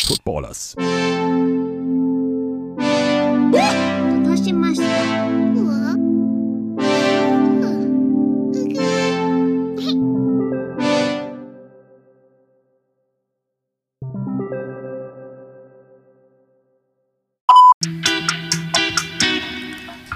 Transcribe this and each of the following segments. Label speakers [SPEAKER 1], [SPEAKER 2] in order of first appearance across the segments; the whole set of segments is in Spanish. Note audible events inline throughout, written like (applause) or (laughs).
[SPEAKER 1] Footballers.
[SPEAKER 2] どうしましたわうぐ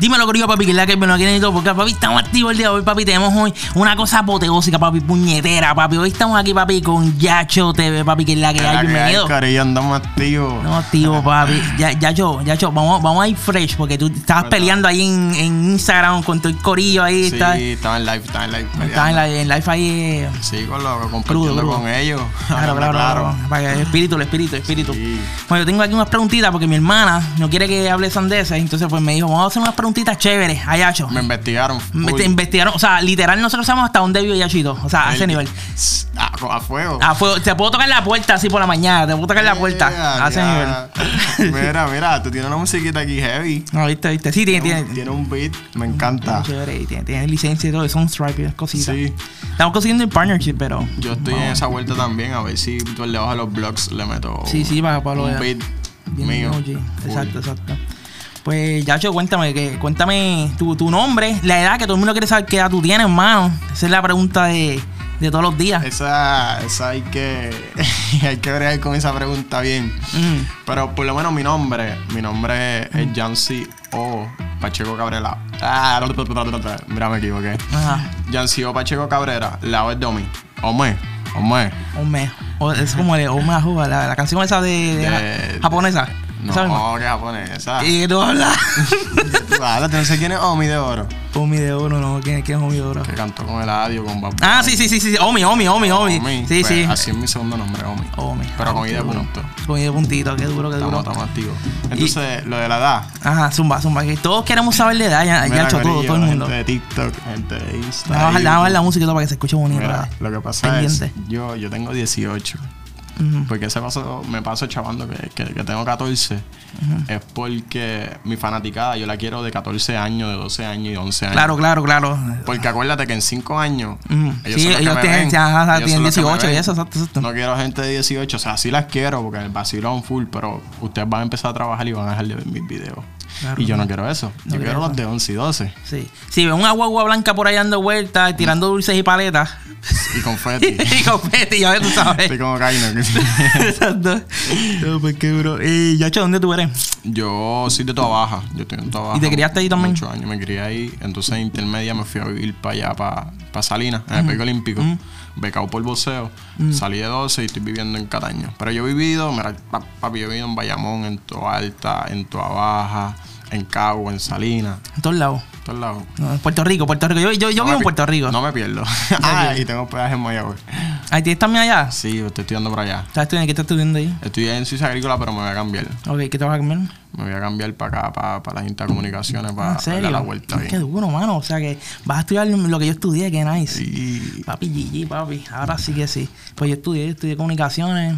[SPEAKER 3] Dímelo, querido papi, que es la que me lo quieren y todo, porque papi, estamos activos el día de hoy, papi. Tenemos hoy una cosa apoteósica, papi, puñetera, papi. Hoy estamos aquí, papi, con Yacho TV, papi, que es la que hay.
[SPEAKER 4] que hay,
[SPEAKER 3] Bienvenido.
[SPEAKER 4] Cari, andamos activos.
[SPEAKER 3] No, tío, papi. Ya, Yacho, Yacho, vamos, vamos a ir fresh, porque tú estabas
[SPEAKER 4] Bueno.
[SPEAKER 3] peleando ahí en, en Instagram con todo el corillo ahí.
[SPEAKER 4] sí,
[SPEAKER 3] estás-
[SPEAKER 4] estaba en live, estaba en live.
[SPEAKER 3] estabas en, la, en live ahí. eh,
[SPEAKER 4] Sí, con lo compartiendo
[SPEAKER 3] Crudo, crudo.
[SPEAKER 4] con ellos.
[SPEAKER 3] Claro, claro, claro. Para que- espíritu, el espíritu, el espíritu.
[SPEAKER 4] Sí.
[SPEAKER 3] Bueno, yo tengo aquí unas preguntitas porque mi hermana no quiere que hable sandeces, entonces pues me dijo, vamos a hacer unas preguntitas chéveres a Yacho.
[SPEAKER 4] Me investigaron. full.
[SPEAKER 3] Me- te Este, investigaron, o sea, literal nosotros sabemos hasta dónde vive Yacho y todo, o sea, a ese
[SPEAKER 4] El-
[SPEAKER 3] nivel.
[SPEAKER 4] A, a fuego.
[SPEAKER 3] Ah, fue- te puedo tocar la puerta así por la mañana, te puedo tocar la puerta
[SPEAKER 4] Yeah,
[SPEAKER 3] a ese
[SPEAKER 4] yeah.
[SPEAKER 3] nivel.
[SPEAKER 4] (laughs) mira, mira, tú tienes una musiquita aquí heavy.
[SPEAKER 3] (laughs) no, viste, viste, sí, tiene,
[SPEAKER 4] Tiene,
[SPEAKER 3] tiene,
[SPEAKER 4] un beat, me encanta.
[SPEAKER 3] chévere, y tiene, tiene licencia y todo, son stripe y esas cositas.
[SPEAKER 4] Sí.
[SPEAKER 3] Estamos consiguiendo el partnership, pero...
[SPEAKER 4] Yo estoy en esa vuelta también, a ver si tú le bajas los blogs, le meto
[SPEAKER 3] Sí, sí, para, para lo
[SPEAKER 4] un
[SPEAKER 3] de-
[SPEAKER 4] beat
[SPEAKER 3] Bien,
[SPEAKER 4] mío.
[SPEAKER 3] oye,
[SPEAKER 4] full.
[SPEAKER 3] Exacto, exacto. Pues, Yacho, cuéntame, que, cuéntame tu, tu nombre, la edad, que todo el mundo quiere saber qué edad tú tienes, hermano. Esa es la pregunta de, de todos los días.
[SPEAKER 4] Esa, esa hay que, (laughs) hay que bregar con esa pregunta bien.
[SPEAKER 3] Mm.
[SPEAKER 4] Pero por lo menos mi nombre, mi nombre es Jancy O. Pacheco Cabrera. Ah, mira, me equivoqué.
[SPEAKER 3] Ajá,
[SPEAKER 4] Jancy O. Pacheco Cabrera, Lao es Domi. Ome, Ome.
[SPEAKER 3] Ome. O- es como el Ome Ajuba, la, la canción esa de, de-
[SPEAKER 4] De-
[SPEAKER 3] japonesa.
[SPEAKER 4] No, oh,
[SPEAKER 3] ¿Sabes?
[SPEAKER 4] qué japonesa.
[SPEAKER 3] Y tú
[SPEAKER 4] (laughs)
[SPEAKER 3] hablas.
[SPEAKER 4] Claro, tú no sé quién es Omi de Oro.
[SPEAKER 3] Omi de oro, no, ¿quién, quién es Omi de oro?
[SPEAKER 4] Que cantó con el adiós, con Bad
[SPEAKER 3] Ah,
[SPEAKER 4] Bunny.
[SPEAKER 3] sí, sí, sí, sí, Omi, Omi, Omi, Omi. Sí,
[SPEAKER 4] pues,
[SPEAKER 3] sí.
[SPEAKER 4] Así es mi segundo nombre, Omi.
[SPEAKER 3] Omi. Ah,
[SPEAKER 4] Pero con I
[SPEAKER 3] Qué
[SPEAKER 4] de
[SPEAKER 3] duro.
[SPEAKER 4] punto.
[SPEAKER 3] Con I de puntito, qué duro, qué
[SPEAKER 4] Estamos,
[SPEAKER 3] duro.
[SPEAKER 4] estamos activos. Entonces, lo de la edad.
[SPEAKER 3] Ajá, zumba, zumba. que todos queremos saber la edad, ya,
[SPEAKER 4] Mira,
[SPEAKER 3] Yacho, todo,
[SPEAKER 4] corillo,
[SPEAKER 3] todo el
[SPEAKER 4] la
[SPEAKER 3] mundo.
[SPEAKER 4] Gente de TikTok, gente de Instagram.
[SPEAKER 3] Vamos a bajar, vamos a bajar la música y todo para que se escuche bonito.
[SPEAKER 4] Mira,
[SPEAKER 3] ¿verdad?
[SPEAKER 4] lo que pasa
[SPEAKER 3] pendiente.
[SPEAKER 4] es, yo, yo tengo 18.
[SPEAKER 3] Ujú.
[SPEAKER 4] Porque ese paso, me paso chavando que, que- que tengo 14. Es porque mi fanaticada yo la quiero de 14 años, de 12 años y 11 años.
[SPEAKER 3] Claro, claro, claro.
[SPEAKER 4] Porque acuérdate que en 5 años.
[SPEAKER 3] Ujú. Sí,
[SPEAKER 4] Pues, son los que
[SPEAKER 3] ellos
[SPEAKER 4] me
[SPEAKER 3] tienen-
[SPEAKER 4] ven,
[SPEAKER 3] sí, ajá, ajá,
[SPEAKER 4] ellos
[SPEAKER 3] tienen
[SPEAKER 4] son los que me
[SPEAKER 3] 18 y
[SPEAKER 4] ven.
[SPEAKER 3] eso, exacto, exacto.
[SPEAKER 4] No quiero gente de 18, o sea, sí las quiero porque el vacilón full, pero ustedes van a empezar a trabajar y van a dejar de ver mis videos.
[SPEAKER 3] Claro.
[SPEAKER 4] y yo no quiero eso.
[SPEAKER 3] No
[SPEAKER 4] yo
[SPEAKER 3] quiero
[SPEAKER 4] quiero
[SPEAKER 3] eso.
[SPEAKER 4] los de 11 y 12.
[SPEAKER 3] Sí. Si ven una guagua blanca por ahí dando vueltas, tirando dulces y paletas.
[SPEAKER 4] Y (laughs) confeti.
[SPEAKER 3] (laughs) y confeti, ya ves, tú
[SPEAKER 4] Estoy
[SPEAKER 3] sabes.
[SPEAKER 4] como Kaino.
[SPEAKER 3] Exacto. No, pues qué bro. Y Yacho, ¿dónde tú eres?
[SPEAKER 4] (laughs) Yo soy de toda baja, yo estoy en toda baja.
[SPEAKER 3] ¿Y te criaste ahí también?
[SPEAKER 4] Muchos años me crié ahí, entonces en intermedia me fui a vivir para allá, para Salinas, en el Parque Olímpico, becado por boxeo. Salí de 12 y estoy viviendo en Cataño. Pero yo he vivido, mira, pa- papi, yo he vivido en Bayamón, en Toa Alta, en Toa Baja, en Cabo, en Salinas,
[SPEAKER 3] En todos lados.
[SPEAKER 4] en todos lados.
[SPEAKER 3] No, en Puerto Rico, Puerto Rico. Yo, yo, yo
[SPEAKER 4] No me
[SPEAKER 3] vivo en
[SPEAKER 4] pi-
[SPEAKER 3] Puerto Rico.
[SPEAKER 4] No me pierdo. (laughs) ah, y tengo pedajes en Mayagüez.
[SPEAKER 3] Ahí tienes también allá.
[SPEAKER 4] Sí, yo estoy estudiando para allá.
[SPEAKER 3] ¿Estás estudiando? ¿Qué estás estudiando ahí?
[SPEAKER 4] Estudié en Ciencias Agrícola, pero me voy a cambiar.
[SPEAKER 3] Ok, ¿qué te vas a comer?
[SPEAKER 4] Me voy a cambiar para acá, para, para las intercomunicaciones, para
[SPEAKER 3] ¿En serio?
[SPEAKER 4] darle la vuelta
[SPEAKER 3] Qué
[SPEAKER 4] bien.
[SPEAKER 3] duro, mano. O sea que vas a estudiar lo que yo estudié, que nice.
[SPEAKER 4] Sí.
[SPEAKER 3] Papi, GG, papi. Ahora sí que sí. Pues yo estudié, estudié comunicaciones.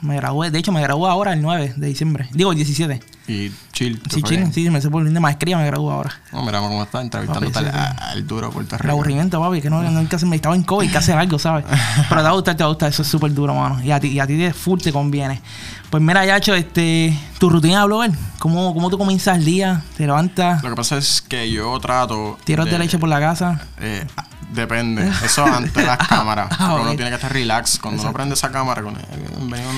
[SPEAKER 3] Me gradué, de hecho me gradué ahora el 9 de diciembre. Digo, el 17.
[SPEAKER 4] Y chill. te
[SPEAKER 3] Sí,
[SPEAKER 4] fue
[SPEAKER 3] chile,
[SPEAKER 4] bien.
[SPEAKER 3] sí, sí, me hice por fin de maestría, me gradué ahora.
[SPEAKER 4] No, miramos cómo está entrevistando
[SPEAKER 3] Papi, sí,
[SPEAKER 4] al, a- al duro Puerto
[SPEAKER 3] El
[SPEAKER 4] Rico.
[SPEAKER 3] aburrimiento, papi, que no, no hay que hacer, estaba en COVID, hay que hacer algo, ¿sabes? Pero te va a gustar, te va a gustar, eso es súper duro, mano. Y a ti, y a ti de full te conviene. Pues mira, Yacho, este, tu rutina de blogger, ¿cómo, cómo tú comienzas el día? ¿Te levantas?
[SPEAKER 4] Lo que pasa es que yo trato.
[SPEAKER 3] ¿Tiras
[SPEAKER 4] de-
[SPEAKER 3] derecho por la casa?
[SPEAKER 4] eh,
[SPEAKER 3] (laughs)
[SPEAKER 4] depende. Eso ante las cámaras.
[SPEAKER 3] ah,
[SPEAKER 4] Porque
[SPEAKER 3] ok.
[SPEAKER 4] Uno tiene que estar relax. Cuando uno prende esa cámara, con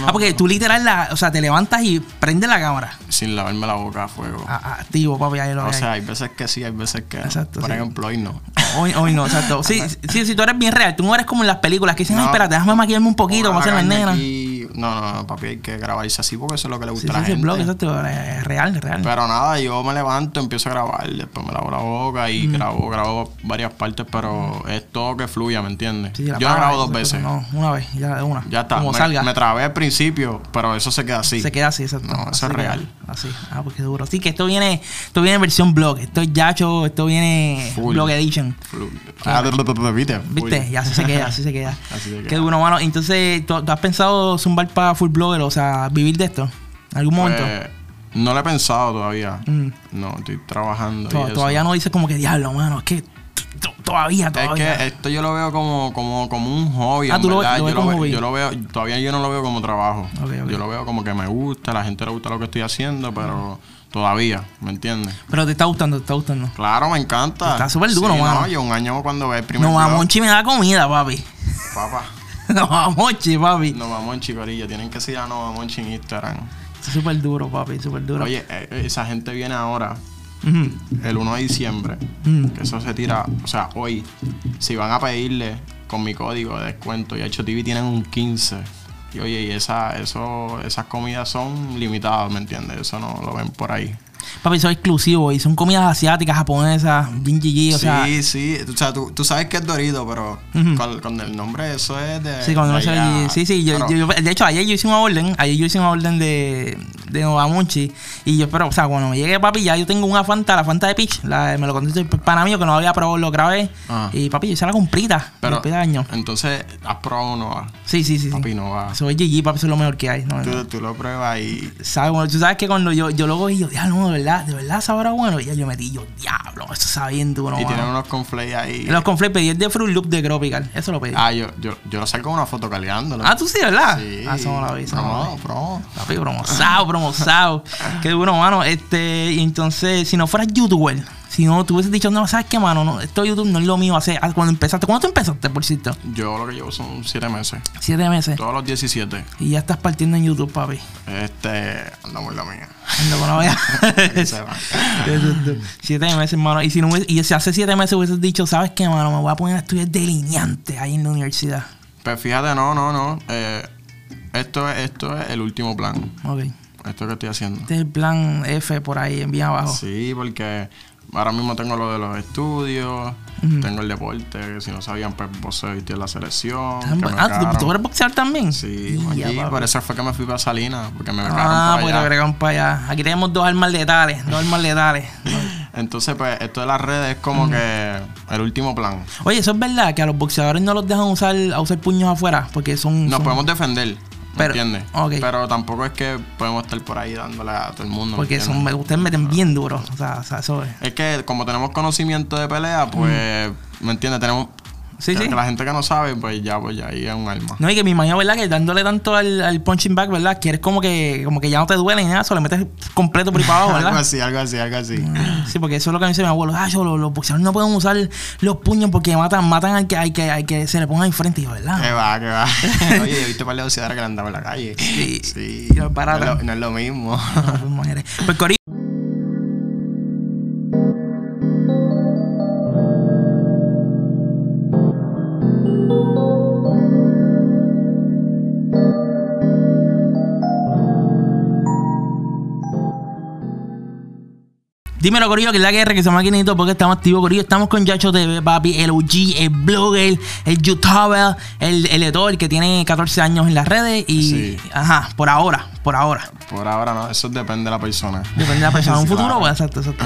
[SPEAKER 3] Ah, porque tú literal, la, o sea, te levantas y prendes la cámara.
[SPEAKER 4] sin lavarme la boca a fuego.
[SPEAKER 3] Ah, activo, papi, ahí lo
[SPEAKER 4] o
[SPEAKER 3] ves.
[SPEAKER 4] sea, hay veces que sí, hay veces que. no.
[SPEAKER 3] Exacto,
[SPEAKER 4] Por
[SPEAKER 3] sí.
[SPEAKER 4] ejemplo, hoy no.
[SPEAKER 3] Hoy, hoy no, exacto. Sí, sí, si tú eres bien real, tú no eres como en las películas que dicen,
[SPEAKER 4] No.
[SPEAKER 3] ay, espérate, déjame maquillarme un poquito,
[SPEAKER 4] Vamos
[SPEAKER 3] vamos a hacer
[SPEAKER 4] la
[SPEAKER 3] las
[SPEAKER 4] carne
[SPEAKER 3] nenas. Sí,
[SPEAKER 4] aquí. No, no, no, papi, hay que grabarse así porque eso es lo que le gusta
[SPEAKER 3] sí,
[SPEAKER 4] a la
[SPEAKER 3] sí, el
[SPEAKER 4] gente.
[SPEAKER 3] blog, exacto, eh, real, real.
[SPEAKER 4] Pero nada, yo me levanto, empiezo a grabar, después me lavo la boca y
[SPEAKER 3] Mm.
[SPEAKER 4] grabo, grabo varias partes, pero es todo que fluya, ¿me entiendes?
[SPEAKER 3] Sí, sí,
[SPEAKER 4] yo
[SPEAKER 3] la
[SPEAKER 4] la
[SPEAKER 3] paga,
[SPEAKER 4] grabo dos
[SPEAKER 3] esas
[SPEAKER 4] veces.
[SPEAKER 3] cosas, No, una vez, ya de una.
[SPEAKER 4] Ya está.
[SPEAKER 3] Como
[SPEAKER 4] me,
[SPEAKER 3] salga,
[SPEAKER 4] me trabé al principio, pero eso se queda así.
[SPEAKER 3] se queda así, exacto.
[SPEAKER 4] No, eso
[SPEAKER 3] Así
[SPEAKER 4] es
[SPEAKER 3] que-
[SPEAKER 4] real.
[SPEAKER 3] Así, ah, porque duro. Así que esto viene, esto viene en versión blog, esto es Yacho, esto viene
[SPEAKER 4] Full.
[SPEAKER 3] blog edition.
[SPEAKER 4] Flu- Ah, ¿Viste?
[SPEAKER 3] ¿Viste?
[SPEAKER 4] Full.
[SPEAKER 3] Y así se queda, así se queda.
[SPEAKER 4] (laughs) Así se
[SPEAKER 3] Qué
[SPEAKER 4] queda.
[SPEAKER 3] duro, mano. Entonces, ¿tú, tú has pensado zumbar para full blogger, o sea, vivir de esto? ¿En algún
[SPEAKER 4] Pues,
[SPEAKER 3] momento?
[SPEAKER 4] no lo he pensado todavía.
[SPEAKER 3] Mm.
[SPEAKER 4] No, estoy trabajando. y
[SPEAKER 3] To-
[SPEAKER 4] eso.
[SPEAKER 3] Todavía no dices como que diablo, mano, es que to- todavía,
[SPEAKER 4] Es
[SPEAKER 3] todavía.
[SPEAKER 4] que esto yo lo veo como, como, como un hobby.
[SPEAKER 3] Ah,
[SPEAKER 4] en
[SPEAKER 3] tú lo
[SPEAKER 4] verdad.
[SPEAKER 3] ves- lo ves
[SPEAKER 4] yo,
[SPEAKER 3] como hobby.
[SPEAKER 4] yo lo veo, todavía yo no lo veo como trabajo.
[SPEAKER 3] Ok, ok.
[SPEAKER 4] Yo lo veo como que me gusta, la gente le gusta lo que estoy haciendo, pero
[SPEAKER 3] Mm.
[SPEAKER 4] todavía, ¿me entiendes?
[SPEAKER 3] Pero te está gustando, te está gustando.
[SPEAKER 4] Claro, me encanta.
[SPEAKER 3] Está súper duro,
[SPEAKER 4] sí,
[SPEAKER 3] mano.
[SPEAKER 4] No, yo un año cuando ve el primer
[SPEAKER 3] Nos
[SPEAKER 4] blog,
[SPEAKER 3] vamos me da comida, papi. (laughs)
[SPEAKER 4] Papá,
[SPEAKER 3] Nos vamos papi.
[SPEAKER 4] nos vamos en chicorilla. Tienen que "Ah, seguir a nos vamos en Instagram.
[SPEAKER 3] Está súper duro, papi, súper duro.
[SPEAKER 4] Oye, eh, esa gente viene ahora,
[SPEAKER 3] Ujú.
[SPEAKER 4] el 1 de diciembre.
[SPEAKER 3] Ujú.
[SPEAKER 4] Que eso se tira, o sea, hoy. Si van a pedirle con mi código de descuento y HTV tienen un 15. Y oye, y esa, eso, esas comidas son limitadas, ¿me entiendes? Eso no lo ven por ahí.
[SPEAKER 3] Papi, eso es exclusivo y son comidas asiáticas, japonesas, bien GG, o sea.
[SPEAKER 4] sí, sí. O sea, tú, tú sabes que es Dorito, pero
[SPEAKER 3] Ujú.
[SPEAKER 4] con, con el nombre eso es de.
[SPEAKER 3] Sí, cuando
[SPEAKER 4] de
[SPEAKER 3] no se ve
[SPEAKER 4] allá.
[SPEAKER 3] allí. Sí, sí, yo,
[SPEAKER 4] Pero-
[SPEAKER 3] yo- yo- de hecho ayer yo hice una orden, ayer yo hice una orden de, de Novamonchi y yo espero, o sea, cuando me llegue papi, ya yo tengo una Fanta, la Fanta de Peach, la, me lo contestó el pana mío que no había probado, lo grabé
[SPEAKER 4] Ah.
[SPEAKER 3] y papi, yo hice la comprita,
[SPEAKER 4] Pero,
[SPEAKER 3] comprita de año.
[SPEAKER 4] Entonces, has probado Nova.
[SPEAKER 3] Sí, sí, sí. sí.
[SPEAKER 4] Papi, Nova.
[SPEAKER 3] Eso es GG, papi, eso es lo mejor que hay. No, no.
[SPEAKER 4] Tú, tú lo pruebas y.
[SPEAKER 3] ¿Sabes? Bueno, tú sabes que cuando yo, yo lo cogí, yo, ya no, de verdad, de verdad sabrá bueno. Y ya yo metí, yo, diablo, eso sabe bien duro,
[SPEAKER 4] y
[SPEAKER 3] mano".
[SPEAKER 4] tienen unos conflays ahí.
[SPEAKER 3] Los conflictos pedí el de Fruit Loop de Tropical, eso lo pedí. Ah,
[SPEAKER 4] Ah, yo, yo, yo lo saco una foto cargándolo.
[SPEAKER 3] tú sí, ¿verdad?
[SPEAKER 4] Sí.
[SPEAKER 3] Ah, eso no lo vi, eso no lo vi.
[SPEAKER 4] Promo, promo.
[SPEAKER 3] Papi, promozado, promozado. Qué duro, mano. Este, y entonces, si no fueras youtuber, si no tú hubieses dicho, no, ¿sabes qué, mano? No, esto YouTube no es lo mío. Hace, ah, cuando empezaste, ¿cuándo tú empezaste, por cierto?
[SPEAKER 4] Yo lo que llevo son 7 meses.
[SPEAKER 3] Siete meses.
[SPEAKER 4] Todos los 17.
[SPEAKER 3] Y ya estás partiendo en YouTube, papi.
[SPEAKER 4] Este. Andamos en la mía.
[SPEAKER 3] Ando con la (laughs) vea.
[SPEAKER 4] Para que sepan.
[SPEAKER 3] Exacto. siete meses, mano. Y si, no hubiese- y si hace siete meses hubieses dicho, ¿sabes qué, mano? Me voy a poner a estudiar delineante ahí en la universidad.
[SPEAKER 4] Pues fíjate, no, no, no. Eh, esto, es, esto es el último plan.
[SPEAKER 3] Ok.
[SPEAKER 4] Esto que estoy haciendo.
[SPEAKER 3] Este es el plan F por ahí, en bien abajo.
[SPEAKER 4] Sí, porque ahora mismo tengo lo de los estudios, tengo el deporte, que si no sabían, pues boxeo y la selección. que me
[SPEAKER 3] Ah, ¿tú, tú
[SPEAKER 4] becaron.
[SPEAKER 3] eres boxear también?
[SPEAKER 4] Sí,
[SPEAKER 3] Ya,
[SPEAKER 4] allí,
[SPEAKER 3] papi.
[SPEAKER 4] por eso fue que me fui para Salinas, porque me
[SPEAKER 3] Ah,
[SPEAKER 4] becaron para
[SPEAKER 3] pues
[SPEAKER 4] allá.
[SPEAKER 3] agregaron para allá. Aquí tenemos dos armas letales, dos armas letales.
[SPEAKER 4] (laughs) Entonces, pues, esto de las redes es como que el último plan.
[SPEAKER 3] Oye, eso es verdad que a los boxeadores no los dejan usar, a usar puños afuera, porque son.
[SPEAKER 4] Nos
[SPEAKER 3] son-
[SPEAKER 4] podemos defender, ¿me
[SPEAKER 3] Pero-
[SPEAKER 4] entiendes?
[SPEAKER 3] ok.
[SPEAKER 4] Pero tampoco es que podemos estar por ahí dándole a todo el mundo. ¿me
[SPEAKER 3] porque
[SPEAKER 4] entiendes?
[SPEAKER 3] son, ustedes meten bien duro. O sea, o sea, eso es.
[SPEAKER 4] Es que como tenemos conocimiento de pelea, pues, ¿me entiendes? Tenemos...
[SPEAKER 3] Sí,
[SPEAKER 4] que
[SPEAKER 3] sí.
[SPEAKER 4] la gente que no sabe, pues ya, pues ya ahí es un alma.
[SPEAKER 3] No, y que me imagino, ¿verdad? Que dándole tanto al, al punching back, ¿verdad? Que eres como que, como que ya no te duele ni nada, solo le metes completo por ahí
[SPEAKER 4] (laughs)
[SPEAKER 3] para abajo,
[SPEAKER 4] algo
[SPEAKER 3] ¿verdad?
[SPEAKER 4] así, algo así, algo así.
[SPEAKER 3] Sí, porque eso es lo que me dice mi abuelo. Ah, yo, los, los boxeadores no pueden usar los puños porque matan, matan al que, al que, al que se le ponga enfrente. Y yo, ¿verdad?
[SPEAKER 4] Que va,
[SPEAKER 3] (laughs)
[SPEAKER 4] que va. Oye, viste para la boxeadora que la andaba en la calle.
[SPEAKER 3] Sí.
[SPEAKER 4] Sí.
[SPEAKER 3] Y los baratos.
[SPEAKER 4] No, es lo- no es lo mismo. (laughs)
[SPEAKER 3] No, pues, mujeres. Pues, Corillo, Dímelo, Corillo, que es la guerra, que somos aquí Nito, porque estamos activos, Corillo. Estamos con Yacho TV, papi, el OG, el blogger, el youtuber, el, el de todo, el que tiene 14 años en las redes. Y,
[SPEAKER 4] Sí.
[SPEAKER 3] ajá, por ahora, por ahora.
[SPEAKER 4] Por ahora no, eso depende de la persona.
[SPEAKER 3] Depende de la persona. En un
[SPEAKER 4] Sí,
[SPEAKER 3] futuro,
[SPEAKER 4] claro.
[SPEAKER 3] pues, exacto, exacto.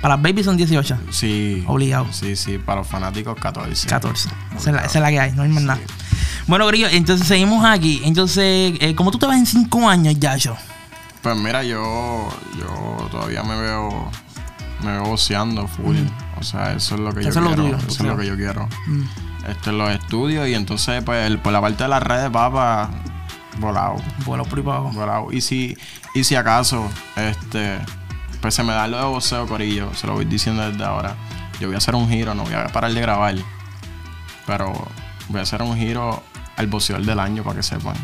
[SPEAKER 3] Para las babies son 18,
[SPEAKER 4] Sí.
[SPEAKER 3] Obligado.
[SPEAKER 4] Sí, sí, para los fanáticos 14.
[SPEAKER 3] 14. Esa es la, esa es la que hay, no hay más nada. Bueno, Grillo, entonces seguimos aquí. Entonces, eh, ¿cómo tú te ves en 5 años, Yacho?
[SPEAKER 4] Pues mira, yo, yo todavía me veo me veo boceando full. O sea, eso es lo que
[SPEAKER 3] Mm. Eso
[SPEAKER 4] yo
[SPEAKER 3] es lo
[SPEAKER 4] quiero.
[SPEAKER 3] tuyo, Mm.
[SPEAKER 4] eso
[SPEAKER 3] boxeo.
[SPEAKER 4] es lo que yo quiero. Este es los estudios y entonces pues el- por la parte de las redes va para volado.
[SPEAKER 3] Vuelo por ahí para abajo.
[SPEAKER 4] Volado. Y si, y si acaso, este, pues se me da lo de boxeo, Corillo, se lo voy diciendo desde ahora. Yo voy a hacer un giro, no voy a parar de grabar. Pero voy a hacer un giro al boxeador del año para que sepan.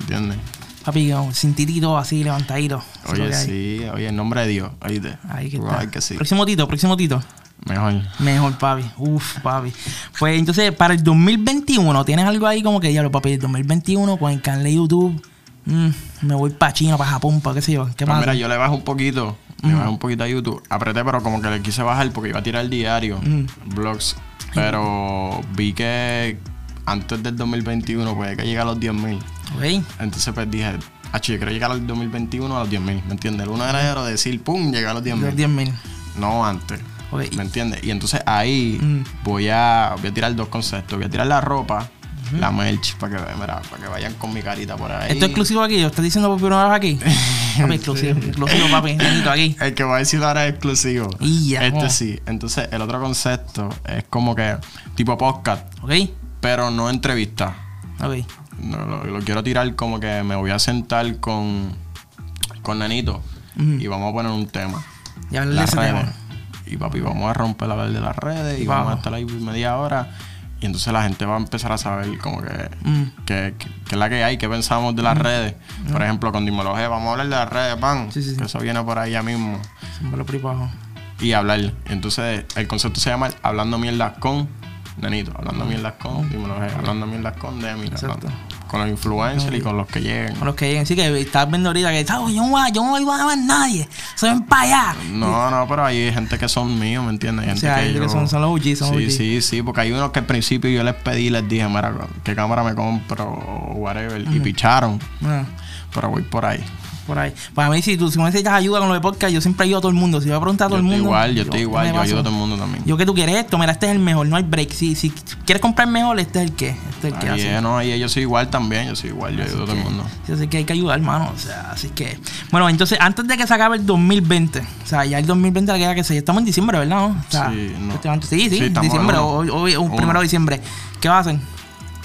[SPEAKER 4] ¿Entiendes?
[SPEAKER 3] Papi, yo, sin titito, así, levantadito. Eso es lo
[SPEAKER 4] Oye,
[SPEAKER 3] que hay.
[SPEAKER 4] sí, oye, en nombre de Dios, oíste.
[SPEAKER 3] Ahí que
[SPEAKER 4] Wow,
[SPEAKER 3] está.
[SPEAKER 4] ay, que sí.
[SPEAKER 3] Próximo tito, próximo tito.
[SPEAKER 4] Mejor.
[SPEAKER 3] Mejor, papi. Uf, papi. Pues entonces, para el 2021, ¿tienes algo ahí como que ya lo papi? El 2021 con el canal de YouTube. mm, me voy para China, para Japón, para qué sé yo. ¿Qué
[SPEAKER 4] Pues
[SPEAKER 3] más?
[SPEAKER 4] mira, yo le bajo un poquito, le bajo un poquito a YouTube. Apreté, pero como que le quise bajar porque iba a tirar el diario, blogs. Pero vi que antes del 2021 pues hay que llegar a los 10.000.
[SPEAKER 3] Ok.
[SPEAKER 4] Entonces pues dije, ah, yo quiero llegar al 2021 a los 10.000, ¿me entiendes? El 1 de enero decir, pum, llegar a los 10.000.
[SPEAKER 3] 10 mil.
[SPEAKER 4] No antes.
[SPEAKER 3] Ok.
[SPEAKER 4] ¿Me entiendes? Y entonces ahí voy, a, voy a tirar dos conceptos. Voy a tirar la ropa, la merch, para que, mira, para que vayan con mi carita por ahí. (laughs)
[SPEAKER 3] ¿Esto es exclusivo aquí? ¿Lo estás diciendo por primera vez aquí? Papi, exclusivo, exclusivo, papi, nenito, aquí.
[SPEAKER 4] El que voy a decir ahora es exclusivo.
[SPEAKER 3] Y ya,
[SPEAKER 4] este
[SPEAKER 3] ¿cómo?
[SPEAKER 4] sí. Entonces, el otro concepto es como que tipo podcast,
[SPEAKER 3] ¿Ok?
[SPEAKER 4] pero no entrevista.
[SPEAKER 3] Ok.
[SPEAKER 4] No, lo, lo quiero tirar como que me voy a sentar con, con Nanito y vamos a poner un tema.
[SPEAKER 3] Ya hablar de ese tema.
[SPEAKER 4] Y papi, vamos a romper la de las redes y
[SPEAKER 3] Vamos.
[SPEAKER 4] vamos a estar ahí media hora. Y entonces la gente va a empezar a saber como que,
[SPEAKER 3] Mm.
[SPEAKER 4] que, que- que es la que hay, que pensamos de las redes. Por ejemplo, con Dimología, vamos a hablar de las redes, pan.
[SPEAKER 3] Sí, sí, sí.
[SPEAKER 4] Que eso viene por ahí ya mismo.
[SPEAKER 3] Se me lo por ahí para abajo.
[SPEAKER 4] Y hablar. Entonces, el concepto se llama Hablando Mierdas con Nanito. Hablando Mierdas con Dimología. Hablando Mierdas con Demi.
[SPEAKER 3] Exacto.
[SPEAKER 4] Con los influencers y con los que lleguen.
[SPEAKER 3] Con los que lleguen. Así que estás viendo ahorita que "Ah, yo, no voy a- yo no voy a llamar a nadie. Se ven para allá.
[SPEAKER 4] No, no, pero hay gente que son míos, ¿me entiendes? Hay
[SPEAKER 3] O
[SPEAKER 4] gente
[SPEAKER 3] sea,
[SPEAKER 4] que
[SPEAKER 3] ellos
[SPEAKER 4] yo-
[SPEAKER 3] que son, son los OG, son los
[SPEAKER 4] Sí,
[SPEAKER 3] OG.
[SPEAKER 4] sí, sí, porque hay unos que al principio yo les pedí, les dije, mira, ¿qué cámara me compro o whatever? Y picharon,
[SPEAKER 3] Ah,
[SPEAKER 4] pero voy por ahí.
[SPEAKER 3] por ahí. Para mí, si tú si me necesitas ayuda con lo de podcast, yo siempre ayudo a todo el mundo. Si voy a preguntar a
[SPEAKER 4] Yo
[SPEAKER 3] todo el
[SPEAKER 4] estoy
[SPEAKER 3] mundo.
[SPEAKER 4] igual, yo estoy igual,
[SPEAKER 3] me
[SPEAKER 4] yo
[SPEAKER 3] baso.
[SPEAKER 4] ayudo a todo el mundo también.
[SPEAKER 3] Yo que tú quieres esto, mira, este es el mejor, no hay break. Si, si quieres comprar mejor, este es el que. Este es el que
[SPEAKER 4] Ahí,
[SPEAKER 3] hace.
[SPEAKER 4] eh, no, ahí yo soy igual también, yo soy igual, yo ayudo a todo el mundo.
[SPEAKER 3] Sí, Así que hay que ayudar, hermano. O sea, así que. Bueno, entonces, antes de que se acabe el 2020, o sea, ya el 2020 le queda que se. Estamos en diciembre, ¿verdad? no? O sea,
[SPEAKER 4] Sí, no.
[SPEAKER 3] este- antes- sí, sí,
[SPEAKER 4] Sí, estamos
[SPEAKER 3] diciembre,
[SPEAKER 4] en uno.
[SPEAKER 3] hoy, hoy, un
[SPEAKER 4] Uno.
[SPEAKER 3] primero de diciembre. ¿Qué vas a hacer?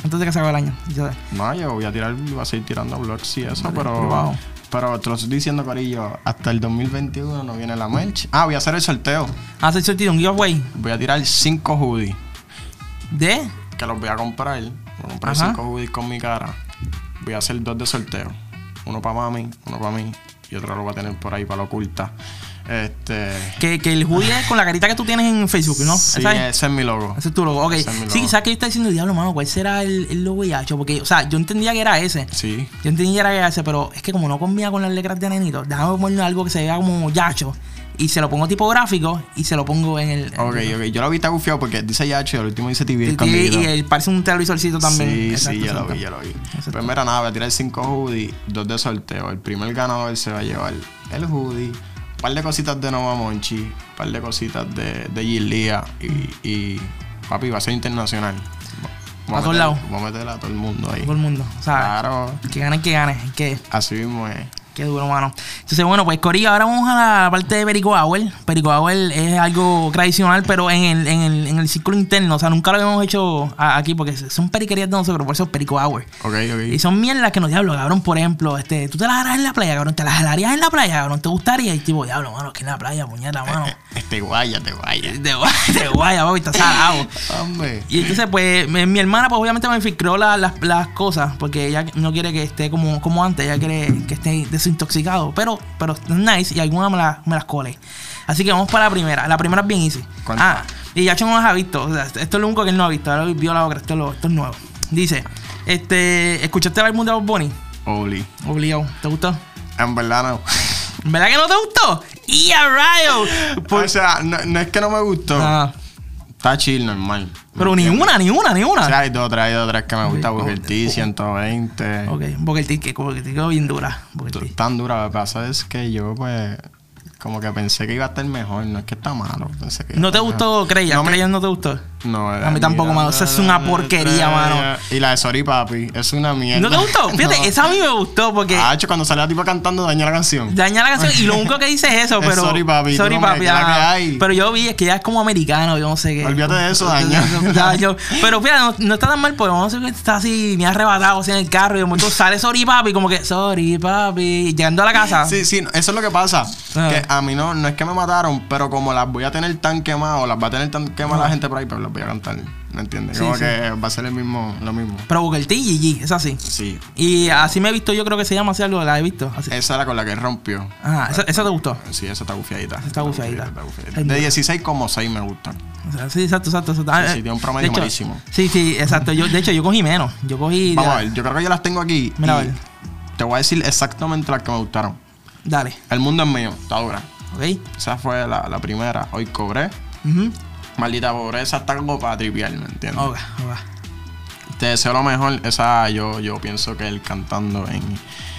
[SPEAKER 3] Antes de que se acabe el año. Ya-
[SPEAKER 4] No, yo voy a tirar, voy a seguir tirando blogs y eso,
[SPEAKER 3] privado.
[SPEAKER 4] pero... Pero te lo estoy diciendo, Corillo, hasta el 2021 no viene la merch. Ah, voy a hacer el sorteo.
[SPEAKER 3] Hacer sorteo, un giveaway
[SPEAKER 4] Voy a tirar 5 hoodies.
[SPEAKER 3] de.
[SPEAKER 4] que los voy a comprar. Voy a comprar
[SPEAKER 3] Ajá.
[SPEAKER 4] cinco hoodies con mi cara. Voy a hacer dos de sorteo. Uno para mami, uno para mí. Y otro lo voy a tener por ahí para la oculta. Este.
[SPEAKER 3] Que, que el hoodie es con la carita que tú tienes en Facebook, ¿no?
[SPEAKER 4] Sí,
[SPEAKER 3] ¿Sabes?
[SPEAKER 4] ese es mi logo.
[SPEAKER 3] Ese es tu logo, ok.
[SPEAKER 4] Ese es mi
[SPEAKER 3] Sí,
[SPEAKER 4] logo.
[SPEAKER 3] ¿sabes qué yo estaba diciendo? Diablo, mano, ¿cuál será el, el logo de Yacho? Porque, o sea, yo entendía que era ese.
[SPEAKER 4] Sí.
[SPEAKER 3] Yo entendía que era ese, pero es que como no combina con las letras de nenito, déjame poner algo que se vea como Yacho. Y se lo pongo tipográfico y se lo pongo en el.
[SPEAKER 4] Ok, ok. Yo lo vi, está gufiado porque dice Yacho y el último dice TV
[SPEAKER 3] y,
[SPEAKER 4] escondido.
[SPEAKER 3] y el, parece un televisorcito también.
[SPEAKER 4] Sí,
[SPEAKER 3] Exacto,
[SPEAKER 4] sí, yo lo
[SPEAKER 3] exacto.
[SPEAKER 4] vi, yo lo vi. Pues mira, nada, voy a tirar cinco hoodies, dos de sorteo. El primer ganador se va a llevar el hoodie, un par de cositas de Nova Monchi, un par de cositas de, de Gilia y, y papi, va a ser internacional.
[SPEAKER 3] A
[SPEAKER 4] Vamos
[SPEAKER 3] todos
[SPEAKER 4] meter-
[SPEAKER 3] lados.
[SPEAKER 4] Vamos a meterla a todo el mundo ahí.
[SPEAKER 3] Todo el mundo. O sea,
[SPEAKER 4] Claro,
[SPEAKER 3] que gane, que gane. Que,
[SPEAKER 4] así mismo es.
[SPEAKER 3] Qué duro, mano. Entonces, bueno, pues Corillo, ahora vamos a la parte de Perico Hour. Perico Hour es algo tradicional, pero en el, en el, en el círculo interno. O sea, nunca lo hemos hecho a- aquí porque son periquerías de nosotros, por eso es Perico Hour.
[SPEAKER 4] Ok,
[SPEAKER 3] Y
[SPEAKER 4] ok.
[SPEAKER 3] son mierdas que nos diablo, cabrón. Por ejemplo, este, tú te las harás en la playa, cabrón. Te las jalarías en la playa, cabrón. ¿Te gustaría? Y tipo, diablo, mano, que en la playa, puñeta,
[SPEAKER 4] (laughs)
[SPEAKER 3] mano.
[SPEAKER 4] Este guaya, te guaya.
[SPEAKER 3] Te guay- te guaya, papi, estás salado.
[SPEAKER 4] Hombre.
[SPEAKER 3] Y entonces, pues, mi, mi hermana, pues, obviamente me filtró la- las, las cosas, porque ella no quiere que esté como, como antes, ella quiere que esté desintoxicado, pero, pero es nice y algunas me, las- me las colé. Así que vamos para la primera. La primera es bien easy.
[SPEAKER 4] ¿Cuál?
[SPEAKER 3] Ah, y Yacho no las ha visto. O sea, esto es lo único que él no ha visto. Ahora vio la otra, esto es, lo- esto es nuevo. Dice, este, ¿escuchaste el álbum de Bob Bunny?
[SPEAKER 4] Oli.
[SPEAKER 3] Obligado. ¿Te gustó?
[SPEAKER 4] En verdad no.
[SPEAKER 3] ¿En ¿Verdad que no te gustó? ¡Y a rayo!
[SPEAKER 4] o sea, no, no es que no me gustó.
[SPEAKER 3] Ah,
[SPEAKER 4] Está chill, normal.
[SPEAKER 3] pero ni una, ni una, ni una.
[SPEAKER 4] O sea, hay dos, tres, hay dos, tres que me gusta.
[SPEAKER 3] Ah. Ok.
[SPEAKER 4] Booker T, 120.
[SPEAKER 3] ok, porque el ticket, porque el ticket bien dura. Booker T.
[SPEAKER 4] Tan dura. Lo que pasa es que yo, pues, como que pensé que iba a estar mejor. No es que está malo. Pensé que iba a
[SPEAKER 3] ¿No te
[SPEAKER 4] estar
[SPEAKER 3] gustó Creya?
[SPEAKER 4] No me-
[SPEAKER 3] ¿Creya no te gustó?
[SPEAKER 4] mejor. No, eh,
[SPEAKER 3] A mí tampoco, mano. Esa es una porquería, mano.
[SPEAKER 4] Y la de Sorry Papi es una mierda.
[SPEAKER 3] ¿No te
[SPEAKER 4] (laughs)
[SPEAKER 3] gustó? Fíjate, esa a mí me gustó porque
[SPEAKER 4] Ah, hecho, cuando sale la tipa cantando, daña la canción.
[SPEAKER 3] daña la canción y lo único que dice es eso,
[SPEAKER 4] Es
[SPEAKER 3] pero.
[SPEAKER 4] sorry, papi,
[SPEAKER 3] Sorry,
[SPEAKER 4] tú no me-
[SPEAKER 3] papi,
[SPEAKER 4] que la
[SPEAKER 3] ajá.
[SPEAKER 4] que hay.
[SPEAKER 3] Pero yo vi, es que ya es como americano, yo no sé qué.
[SPEAKER 4] Olvídate de eso, daño.
[SPEAKER 3] (laughs) Entonces, daño. Pero fíjate, no, no está tan mal porque vamos a decir que está así, me ha arrebatado así en el carro y de momento sale Sorry, papi, como que Sorry, papi, llegando a la casa.
[SPEAKER 4] Sí, sí, eso es lo que pasa.
[SPEAKER 3] Ah.
[SPEAKER 4] Que a mí no, no es que me mataron, pero como las voy a tener tan quemadas, o las va a tener tan quemadas la gente por ahí, pero las voy a cantar. ¿Me entiendes?
[SPEAKER 3] Sí,
[SPEAKER 4] como
[SPEAKER 3] sí.
[SPEAKER 4] que va a ser el mismo, lo mismo.
[SPEAKER 3] Pero Booker T, GG, es así.
[SPEAKER 4] Sí.
[SPEAKER 3] Y así me he visto, yo creo que se llama así algo, la he visto. Así.
[SPEAKER 4] Esa era con la que rompió.
[SPEAKER 3] Ajá, esa, esa te gustó.
[SPEAKER 4] Sí, esa está gufiadita.
[SPEAKER 3] Está gufiadita.
[SPEAKER 4] está gufiadita.
[SPEAKER 3] Ay, no.
[SPEAKER 4] De 16 como 6 me gustan.
[SPEAKER 3] O sea, sí, exacto, exacto. exacto. Ah,
[SPEAKER 4] Sí, sí,
[SPEAKER 3] eh,
[SPEAKER 4] tiene un promedio
[SPEAKER 3] de hecho-
[SPEAKER 4] malísimo.
[SPEAKER 3] Sí, sí, exacto. Yo, de hecho, yo cogí menos. Yo cogí.
[SPEAKER 4] Vamos a ver, yo creo que yo las tengo aquí.
[SPEAKER 3] Mira, a
[SPEAKER 4] y
[SPEAKER 3] ver.
[SPEAKER 4] Te voy a decir exactamente las que me gustaron.
[SPEAKER 3] Dale.
[SPEAKER 4] El mundo es mío, está dura.
[SPEAKER 3] ¿Ok?
[SPEAKER 4] Esa fue la, la primera. Hoy cobré.
[SPEAKER 3] Ujú.
[SPEAKER 4] Maldita pobreza, está como para tripear, ¿me entiendes?
[SPEAKER 3] Ok, ok.
[SPEAKER 4] Te deseo lo mejor. Esa, yo, yo pienso que él cantando en,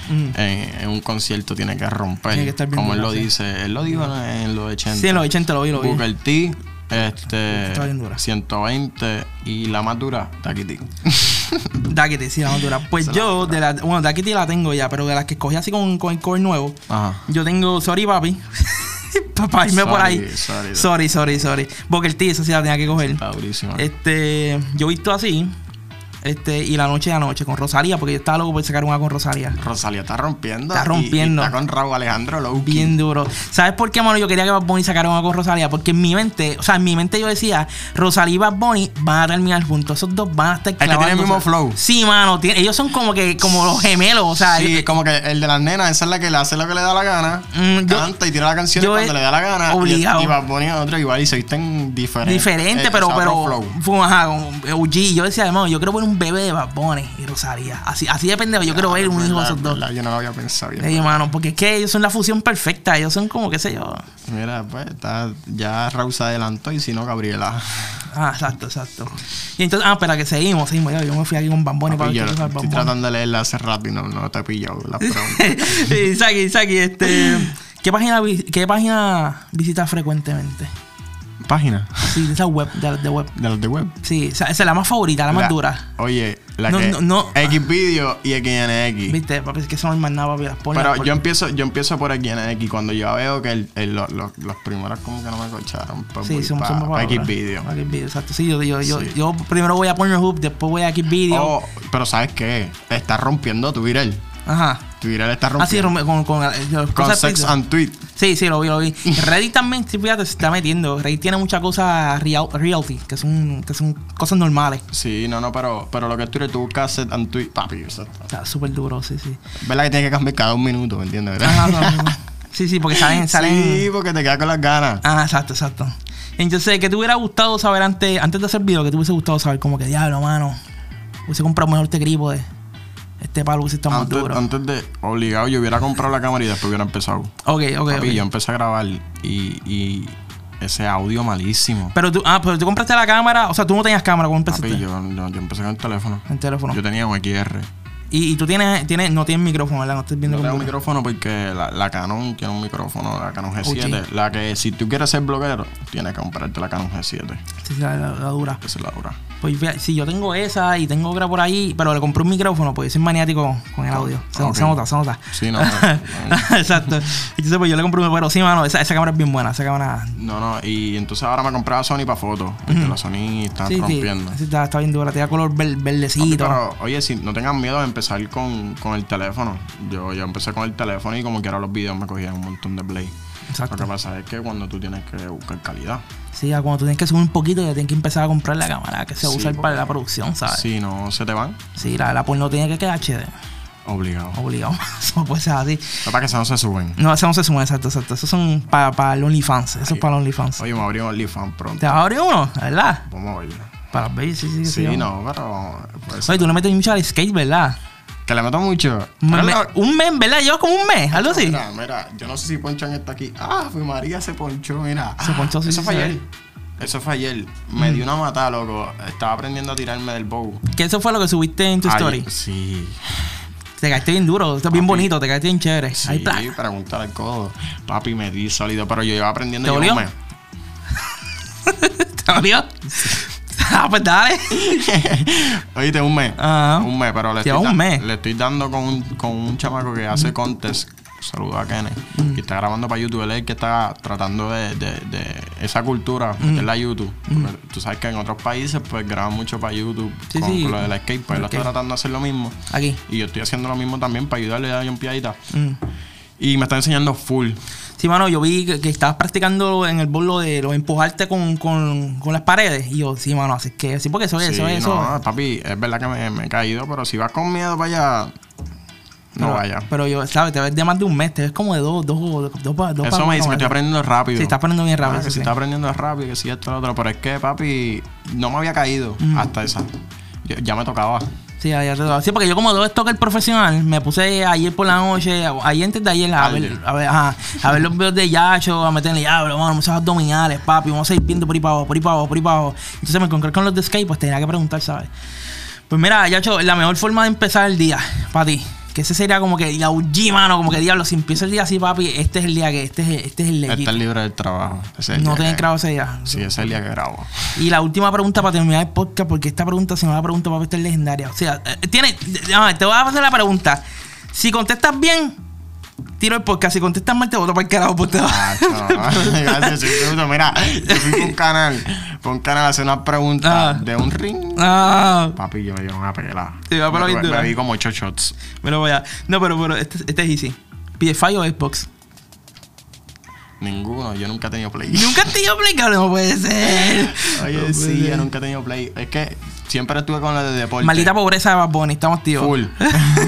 [SPEAKER 3] Mm.
[SPEAKER 4] en, en un concierto tiene que romper.
[SPEAKER 3] Tiene que estar bien
[SPEAKER 4] como él
[SPEAKER 3] dura,
[SPEAKER 4] lo
[SPEAKER 3] sí.
[SPEAKER 4] dice. Él lo dijo en los 80.
[SPEAKER 3] Sí, en los 80 lo vi, lo vi.
[SPEAKER 4] Booker T, este,
[SPEAKER 3] bien dura.
[SPEAKER 4] 120 y la más dura, Taquiti.
[SPEAKER 3] Daquiti, sí, la madura. Pues
[SPEAKER 4] Esa es la
[SPEAKER 3] yo, de la, bueno, Daquiti la tengo ya, pero de las que escogí así con, con el cover nuevo,
[SPEAKER 4] Ajá.
[SPEAKER 3] yo tengo Sorry Papi. (laughs) Papá, irme por
[SPEAKER 4] Sorry,
[SPEAKER 3] ahí.
[SPEAKER 4] sorry.
[SPEAKER 3] Sorry, sorry, sorry. Porque el tío, esa sí la tenía que coger.
[SPEAKER 4] Está durísima.
[SPEAKER 3] Este, yo he visto así. Este, y la noche de anoche con Rosalía, porque yo estaba loco por sacar una con Rosalía.
[SPEAKER 4] Rosalía está rompiendo.
[SPEAKER 3] Está
[SPEAKER 4] y- y
[SPEAKER 3] rompiendo.
[SPEAKER 4] está con Raúl Alejandro Lowkey.
[SPEAKER 3] Bien duro. ¿Sabes por qué, mano? Yo quería que Bad Bunny sacara una con Rosalía. Porque en mi mente, o sea, en mi mente yo decía, Rosalía y Bad Bunny van a terminar juntos. Esos dos van a estar
[SPEAKER 4] que tiene el
[SPEAKER 3] clavándose.
[SPEAKER 4] mismo flow.
[SPEAKER 3] Sí, mano. tiene- ellos son como que, como los gemelos. O sea, eh,
[SPEAKER 4] Sí,
[SPEAKER 3] yo-
[SPEAKER 4] como que el de las nenas, esa es la que le hace lo que le da la gana,
[SPEAKER 3] Mm, yo-
[SPEAKER 4] canta y tira la canción
[SPEAKER 3] yo
[SPEAKER 4] cuando
[SPEAKER 3] he-
[SPEAKER 4] le da la gana. y-
[SPEAKER 3] obligado.
[SPEAKER 4] Y, va a poner otro igual y se visten diferente.
[SPEAKER 3] diferente,
[SPEAKER 4] eh,
[SPEAKER 3] pero,
[SPEAKER 4] o sea, otro
[SPEAKER 3] pero
[SPEAKER 4] flow.
[SPEAKER 3] fue, ajá, con OG. Yo decía, hermano, yo quiero ver un bebé de Bad Bunny y Rosalía. Así, así de pendejo, yo quiero ver un hijo de esos dos.
[SPEAKER 4] Verdad, Yo no lo había pensado bien.
[SPEAKER 3] Le digo, mano, porque es que ellos son la fusión perfecta. Ellos son como, qué sé yo.
[SPEAKER 4] Mira, pues está, ya Raúl se adelantó y si no, Gabriela.
[SPEAKER 3] Ah, exacto, exacto. Y entonces, ah, espera, que seguimos, seguimos. Ya, Yo me fui aquí con
[SPEAKER 4] (laughs)
[SPEAKER 3] Bamboni para
[SPEAKER 4] Papi,
[SPEAKER 3] ver qué cosa
[SPEAKER 4] yo
[SPEAKER 3] es Bad
[SPEAKER 4] estoy
[SPEAKER 3] Bunny.
[SPEAKER 4] tratando de leerla hace rato y no, no te he pillado
[SPEAKER 3] (laughs)
[SPEAKER 4] la pregunta.
[SPEAKER 3] Isaki, Isaki, este. ¿Qué página, vi- qué página visitas frecuentemente?
[SPEAKER 4] Página
[SPEAKER 3] Sí, de esa web, de, de web.
[SPEAKER 4] de los de web.
[SPEAKER 3] Sí, esa, esa es la más favorita, la más dura.
[SPEAKER 4] Oye, la
[SPEAKER 3] No,
[SPEAKER 4] que.
[SPEAKER 3] no, no.
[SPEAKER 4] Xvideo y XNX.
[SPEAKER 3] ¿Viste? Papi, es que eso no hay más nada, papi. Las ponlas,
[SPEAKER 4] Pero
[SPEAKER 3] porque-
[SPEAKER 4] yo empiezo, yo empiezo por aquí en X. Cuando yo veo que el- el- lo- lo- los primeros como que no me cocharon, pues
[SPEAKER 3] Sí,
[SPEAKER 4] voy
[SPEAKER 3] somos,
[SPEAKER 4] pa-
[SPEAKER 3] somos
[SPEAKER 4] pa
[SPEAKER 3] favoritas.
[SPEAKER 4] X video.
[SPEAKER 3] Pa' Xvideo, exacto. Sí, yo, yo, yo,
[SPEAKER 4] Sí.
[SPEAKER 3] yo primero voy a Pornhub, después voy a Xvideo.
[SPEAKER 4] Oh, pero ¿sabes qué? Está rompiendo Twitter.
[SPEAKER 3] Ajá.
[SPEAKER 4] Twitter está
[SPEAKER 3] Así,
[SPEAKER 4] rompiendo.
[SPEAKER 3] con, con, eh,
[SPEAKER 4] con
[SPEAKER 3] Ah, cosas
[SPEAKER 4] Sex
[SPEAKER 3] pizza.
[SPEAKER 4] and Tweet.
[SPEAKER 3] Sí, sí, lo vi, lo
[SPEAKER 4] (laughs)
[SPEAKER 3] vi. Reddit también, sí, fíjate, se está metiendo. Reddit tiene muchas cosas real, realty, que son, que son cosas normales.
[SPEAKER 4] Sí, no, no, pero, pero lo que es Twitter, tú buscas Sex and Tweet. Papi, eso está-
[SPEAKER 3] Está súper duro, sí,
[SPEAKER 4] (laughs)
[SPEAKER 3] sí.
[SPEAKER 4] ¿Verdad que tienes que cambiar cada un minuto, ¿me entiendes? verdad?
[SPEAKER 3] Ajá, no, no. Sí, sí, porque salen, salen.
[SPEAKER 4] Sí, porque te quedas con las ganas.
[SPEAKER 3] Ah, exacto, exacto. Entonces, ¿qué te hubiera gustado saber antes, antes de hacer video? ¿Qué te hubiese gustado saber? Como que diablo, mano. Hubiese comprado mejor este gripo de este palo que está más
[SPEAKER 4] Antes,
[SPEAKER 3] duro.
[SPEAKER 4] antes de obligado, yo hubiera comprado la cámara y después hubiera empezado.
[SPEAKER 3] Ok, ok,
[SPEAKER 4] Papi,
[SPEAKER 3] ok.
[SPEAKER 4] yo empecé a grabar y, y ese audio malísimo.
[SPEAKER 3] Pero tú, ah, pero tú compraste la cámara, o sea, tú no tenías cámara cuando empezaste.
[SPEAKER 4] Papi, yo, yo- yo empecé con el teléfono.
[SPEAKER 3] El teléfono.
[SPEAKER 4] Yo tenía un XR.
[SPEAKER 3] Y, y tú tienes, tienes, no tienes micrófono, ¿verdad? No estás viendo
[SPEAKER 4] No tengo
[SPEAKER 3] cómo-
[SPEAKER 4] un micrófono porque la, la Canon tiene un micrófono, la Canon G7.
[SPEAKER 3] Ok.
[SPEAKER 4] La que si tú quieres ser bloguero, tienes que comprarte la Canon G7.
[SPEAKER 3] Sí, sí, la, la- la dura.
[SPEAKER 4] Esa es la dura.
[SPEAKER 3] Pues fíjate, si yo tengo esa y tengo otra por ahí, pero le compré un micrófono, pues yo soy maniático con el audio. Se,
[SPEAKER 4] Ah, Ok.
[SPEAKER 3] se nota, se nota.
[SPEAKER 4] Sí, no. no,
[SPEAKER 3] (laughs) Exacto. Entonces, pues yo le compré un pero sí, mano, esa, esa cámara es bien buena, esa cámara.
[SPEAKER 4] no, no, Y entonces ahora me compraba Sony para fotos. Porque la Sony está
[SPEAKER 3] Sí, sí,
[SPEAKER 4] Ah, rompiendo.
[SPEAKER 3] sí, está, está bien dura, te da color ver-
[SPEAKER 4] Papi,
[SPEAKER 3] verdecito.
[SPEAKER 4] Pero, oye, si no tengan miedo de empezar con, con el teléfono. Yo, yo empecé con el teléfono y como quiera los videos me cogían un montón de play. Lo que
[SPEAKER 3] Exacto.
[SPEAKER 4] pasa es que cuando tú tienes que buscar calidad.
[SPEAKER 3] Sí, ya cuando tú tienes que subir un poquito, ya tienes que empezar a comprar la cámara que se
[SPEAKER 4] Sí,
[SPEAKER 3] usa para
[SPEAKER 4] porque-
[SPEAKER 3] la producción, ¿sabes? Sí,
[SPEAKER 4] Si no, se te van.
[SPEAKER 3] la, la porno tiene que quedar HD.
[SPEAKER 4] Obligado.
[SPEAKER 3] Obligado. (laughs) Eso no puede ser así.
[SPEAKER 4] No, para que se no se suben.
[SPEAKER 3] No, eso no se suma, exacto, exacto. Eso son para el OnlyFans. Eso es para el OnlyFans.
[SPEAKER 4] Oye, me abrió OnlyFans
[SPEAKER 3] ¿Te
[SPEAKER 4] pronto.
[SPEAKER 3] vas a abrir uno? ¿La ¿Verdad?
[SPEAKER 4] Vamos a verlo.
[SPEAKER 3] Para los babies, sí, sí, sí.
[SPEAKER 4] Sí,
[SPEAKER 3] yo-
[SPEAKER 4] no, pero. pues,
[SPEAKER 3] Oye, tú le metes mucho al skate, ¿verdad?
[SPEAKER 4] que le meto mucho.
[SPEAKER 3] Un
[SPEAKER 4] Pero
[SPEAKER 3] mes,
[SPEAKER 4] lo-
[SPEAKER 3] un mes, ¿verdad? Llevas como un mes, algo así.
[SPEAKER 4] Mira, mira, yo no sé si Ponchan está aquí. Ah, fue María se ponchó, mira.
[SPEAKER 3] Se ponchó, sí,
[SPEAKER 4] Eso
[SPEAKER 3] sí,
[SPEAKER 4] fue
[SPEAKER 3] se ve. Mm.
[SPEAKER 4] ayer. Eso fue ayer. Me dio una matada, loco. Estaba aprendiendo a tirarme del bow.
[SPEAKER 3] Que eso fue lo que subiste en tu
[SPEAKER 4] Ay,
[SPEAKER 3] story.
[SPEAKER 4] Sí.
[SPEAKER 3] Te caíste bien duro, estás bien bonito, te caíste bien chévere.
[SPEAKER 4] Sí,
[SPEAKER 3] Ahí, plac.
[SPEAKER 4] preguntar al codo. Papi, me di sólido, pero yo iba aprendiendo.
[SPEAKER 3] ¿Te
[SPEAKER 4] yo
[SPEAKER 3] dolió?
[SPEAKER 4] me-
[SPEAKER 3] (laughs) ¿Te dolió? (laughs) ah, pues dale.
[SPEAKER 4] Oíste, un mes.
[SPEAKER 3] Ajá.
[SPEAKER 4] Un mes, pero le
[SPEAKER 3] Lleva
[SPEAKER 4] estoy,
[SPEAKER 3] un
[SPEAKER 4] da-
[SPEAKER 3] mes.
[SPEAKER 4] le estoy dando con un, con un chamaco que hace contest. Saludos a Kenneth.
[SPEAKER 3] Mm.
[SPEAKER 4] Que está grabando para YouTube. Él es el que está tratando de, de- de esa cultura,
[SPEAKER 3] Mm.
[SPEAKER 4] que es la YouTube. Porque Tú sabes que en otros países, pues graban mucho para YouTube
[SPEAKER 3] Sí,
[SPEAKER 4] con,
[SPEAKER 3] sí.
[SPEAKER 4] con lo del skate. Pues él
[SPEAKER 3] Ok.
[SPEAKER 4] está tratando de hacer lo mismo.
[SPEAKER 3] Aquí.
[SPEAKER 4] Y yo estoy haciendo lo mismo también para ayudarle a John Piadita.
[SPEAKER 3] Mm.
[SPEAKER 4] Y me está enseñando full.
[SPEAKER 3] Sí, mano, yo vi que, que estabas practicando en el bolo de lo de empujarte con, con, con las paredes. Y yo, sí, mano, así que sí, porque eso es,
[SPEAKER 4] Sí,
[SPEAKER 3] eso es, eso
[SPEAKER 4] no, papi, es verdad que me, me he caído, pero si vas con miedo para allá, no
[SPEAKER 3] pero,
[SPEAKER 4] vaya.
[SPEAKER 3] Pero yo, ¿sabes? Te ves de más de un mes, te ves como de dos, dos, dos, dos, pa- dos
[SPEAKER 4] Eso
[SPEAKER 3] pa-
[SPEAKER 4] me dice,
[SPEAKER 3] no,
[SPEAKER 4] me estoy aprendiendo rápido.
[SPEAKER 3] Sí, estás aprendiendo bien rápido.
[SPEAKER 4] Ah, que
[SPEAKER 3] eso
[SPEAKER 4] si
[SPEAKER 3] sí.
[SPEAKER 4] está aprendiendo rápido, que si esto, lo otro. Pero es que, papi, no me había caído hasta esa. Yo- ya me tocaba.
[SPEAKER 3] Sí, ya- ya te lo- sí, porque yo como todo esto que el profesional, me puse ayer por la noche, ayer antes de ayer, a ver,
[SPEAKER 4] Tarde.
[SPEAKER 3] a ver, ajá, a ver los videos de Yacho, a meterle, ya, bro, mano, esos abdominales, papi, vamos a ir viendo por ahí para abajo, por ahí para abajo, por ahí para abajo. Entonces me encontré con los de skate, pues tenía que preguntar, ¿sabes? Pues mira, Yacho, la mejor forma de empezar el día, para ti, Que ese sería como que la UG, mano, como que diablo, si empieza el día así, papi, este es el día que, este es, este es el legit.
[SPEAKER 4] Estar libre del trabajo. Ese es el
[SPEAKER 3] No
[SPEAKER 4] día
[SPEAKER 3] tenés
[SPEAKER 4] que-
[SPEAKER 3] grado ese día.
[SPEAKER 4] Sí, ese es el día que
[SPEAKER 3] (laughs)
[SPEAKER 4] grabo.
[SPEAKER 3] Y la última pregunta para terminar el podcast, porque esta pregunta, si no la pregunta, va a estar legendaria. O sea, eh, tiene, ah, te voy a hacer la pregunta. Si contestas bien, tiro el podcast. Si contestas mal, te voto para el carajo. Pues te va.
[SPEAKER 4] (laughs) Ah, chaval. Gracias, soy bruto. (laughs) Mira, yo fui con un canal, con un canal a hacer una pregunta
[SPEAKER 3] Ah.
[SPEAKER 4] de un ring.
[SPEAKER 3] Ah,
[SPEAKER 4] Papi, yo me dieron una pelada.
[SPEAKER 3] Te iba a pelar
[SPEAKER 4] me,
[SPEAKER 3] bien dura.
[SPEAKER 4] me vi como ocho shots.
[SPEAKER 3] me lo voy a. No, pero, pero este, este es easy. ¿PS5 o Xbox?
[SPEAKER 4] Ninguno, yo nunca he tenido play.
[SPEAKER 3] Nunca te he aplicado, no puede ser.
[SPEAKER 4] (laughs) Oye,
[SPEAKER 3] No
[SPEAKER 4] sí,
[SPEAKER 3] puede
[SPEAKER 4] yo
[SPEAKER 3] ser.
[SPEAKER 4] nunca he tenido play. Es que siempre estuve con la de deporte.
[SPEAKER 3] Maldita pobreza de Bad Bunny, estamos tíos.
[SPEAKER 4] Full.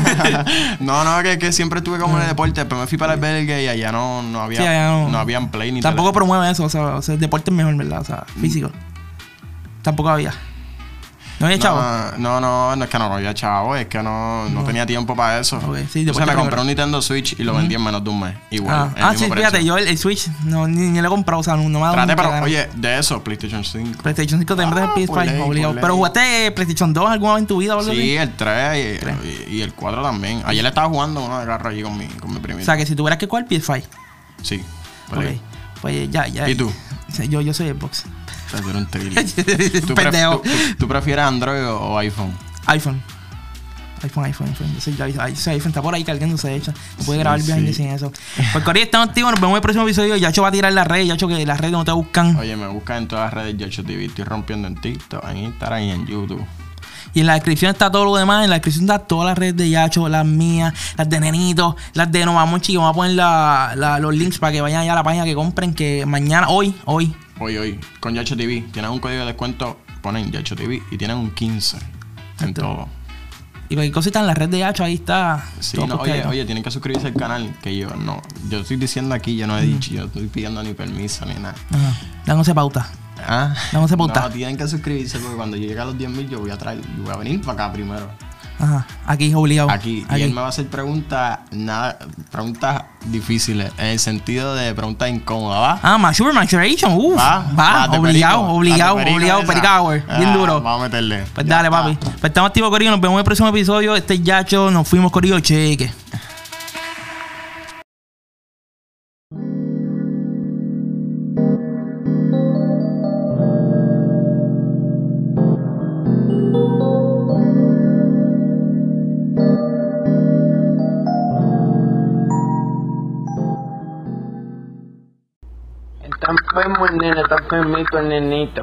[SPEAKER 3] (laughs)
[SPEAKER 4] no, no, que, que siempre estuve como en el deporte, pero me fui para el belga y allá no, no había
[SPEAKER 3] Sí, allá no.
[SPEAKER 4] no. habían play ni Mm.
[SPEAKER 3] Tampoco promueve eso, o sea, o sea, el deporte es mejor, ¿verdad? O sea, físico. Tampoco había. No había
[SPEAKER 4] tele.
[SPEAKER 3] chavo.
[SPEAKER 4] No, no, no, no, es que no había chavo, es que no, no tenía tiempo para eso.
[SPEAKER 3] Ok, sí,
[SPEAKER 4] o sea,
[SPEAKER 3] deporte
[SPEAKER 4] me compré
[SPEAKER 3] primero.
[SPEAKER 4] un Nintendo Switch y lo vendí en menos de un mes. Igual.
[SPEAKER 3] Ah,
[SPEAKER 4] el
[SPEAKER 3] ah, sí,
[SPEAKER 4] mismo precio.
[SPEAKER 3] fíjate, yo el, el Switch no, ni, ni lo he comprado, o sea, no, no me ha dado
[SPEAKER 4] Trate,
[SPEAKER 3] nunca
[SPEAKER 4] pero,
[SPEAKER 3] ganas.
[SPEAKER 4] oye, de eso, PlayStation 5.
[SPEAKER 3] PlayStation 5 te metes
[SPEAKER 4] Ah,
[SPEAKER 3] el
[SPEAKER 4] por
[SPEAKER 3] PS5,
[SPEAKER 4] ley,
[SPEAKER 3] obligado.
[SPEAKER 4] por ley.
[SPEAKER 3] Pero jugaste eh, PlayStation 2 alguna vez en tu vida o algo así?
[SPEAKER 4] Sí, el 3 y- y, y el 4 también. Ayer le estaba jugando una garra allí con mi, con mi
[SPEAKER 3] O
[SPEAKER 4] primito.
[SPEAKER 3] sea, que si tuvieras que jugar PS5.
[SPEAKER 4] Sí. por
[SPEAKER 3] Ok.
[SPEAKER 4] ahí.
[SPEAKER 3] Pues ya, ya.
[SPEAKER 4] ¿Y tú?
[SPEAKER 3] Sí, Yo, yo soy Xbox.
[SPEAKER 4] Te duro un trillo. ¿Tú,
[SPEAKER 3] (laughs)
[SPEAKER 4] pref-
[SPEAKER 3] Pendejo.
[SPEAKER 4] tú- tú- tú prefieres Android o, o iPhone?
[SPEAKER 3] iPhone. iPhone, iPhone, iPhone. Yo soy, yo- yo- ese iPhone está por ahí cargándose, de hecho. No puede
[SPEAKER 4] Sí,
[SPEAKER 3] grabar el behind
[SPEAKER 4] sí.
[SPEAKER 3] sin eso. Pues Corea, estamos activos. Nos vemos en el próximo episodio. Yacho va a tirar las redes. Yacho, que las redes no te buscan.
[SPEAKER 4] Oye, me buscas en todas las redes Yocho TV. Estoy rompiendo en TikTok, en Instagram y en YouTube.
[SPEAKER 3] Y en la descripción está todo lo demás. En la descripción está todas las redes de Yacho, las mías, las de Nenito, las de Novamonchi. Que vamos a poner la- la- los links para que vayan allá a la página que compren. Que mañana, hoy, hoy,
[SPEAKER 4] Hoy, hoy, con Yocho TV. Tienes un código de descuento, ponen Yocho TV y tienen un 15 en todo.
[SPEAKER 3] Y cualquier cosita en la red de Yacho, ahí está.
[SPEAKER 4] Sí,
[SPEAKER 3] todo
[SPEAKER 4] no, oye,
[SPEAKER 3] posteadito.
[SPEAKER 4] oye, tienen que suscribirse al canal, que yo no, yo estoy diciendo aquí, yo no he dicho, yo no estoy pidiendo ni permiso ni nada.
[SPEAKER 3] Ajá. Dándose pauta.
[SPEAKER 4] Ah,
[SPEAKER 3] Vamos a pautar.
[SPEAKER 4] No, tienen que suscribirse porque cuando yo llegue a los 10.000 yo voy a traer, yo voy a venir para acá primero.
[SPEAKER 3] Ajá. Aquí, obligado.
[SPEAKER 4] Aquí, y él me va a hacer preguntas, nada, preguntas difíciles, en el sentido de preguntas incómodas, ¿va?
[SPEAKER 3] Ah, Mature Maturation. Uf.
[SPEAKER 4] Va,
[SPEAKER 3] Va,
[SPEAKER 4] Ah, de
[SPEAKER 3] obligado,
[SPEAKER 4] perico,
[SPEAKER 3] obligado,
[SPEAKER 4] la de perico
[SPEAKER 3] obligado.
[SPEAKER 4] esa.
[SPEAKER 3] Perica Hour. Bien
[SPEAKER 4] Ah,
[SPEAKER 3] duro.
[SPEAKER 4] Vamos a meterle.
[SPEAKER 3] Pues
[SPEAKER 4] Ya
[SPEAKER 3] dale,
[SPEAKER 4] está.
[SPEAKER 3] papi. Pues estamos activos, Corillo. Nos vemos en el próximo episodio. Este es Yacho. Nos fuimos, Corillo. Cheque.
[SPEAKER 1] Tan fue muy nena, tan fue muy con nenito.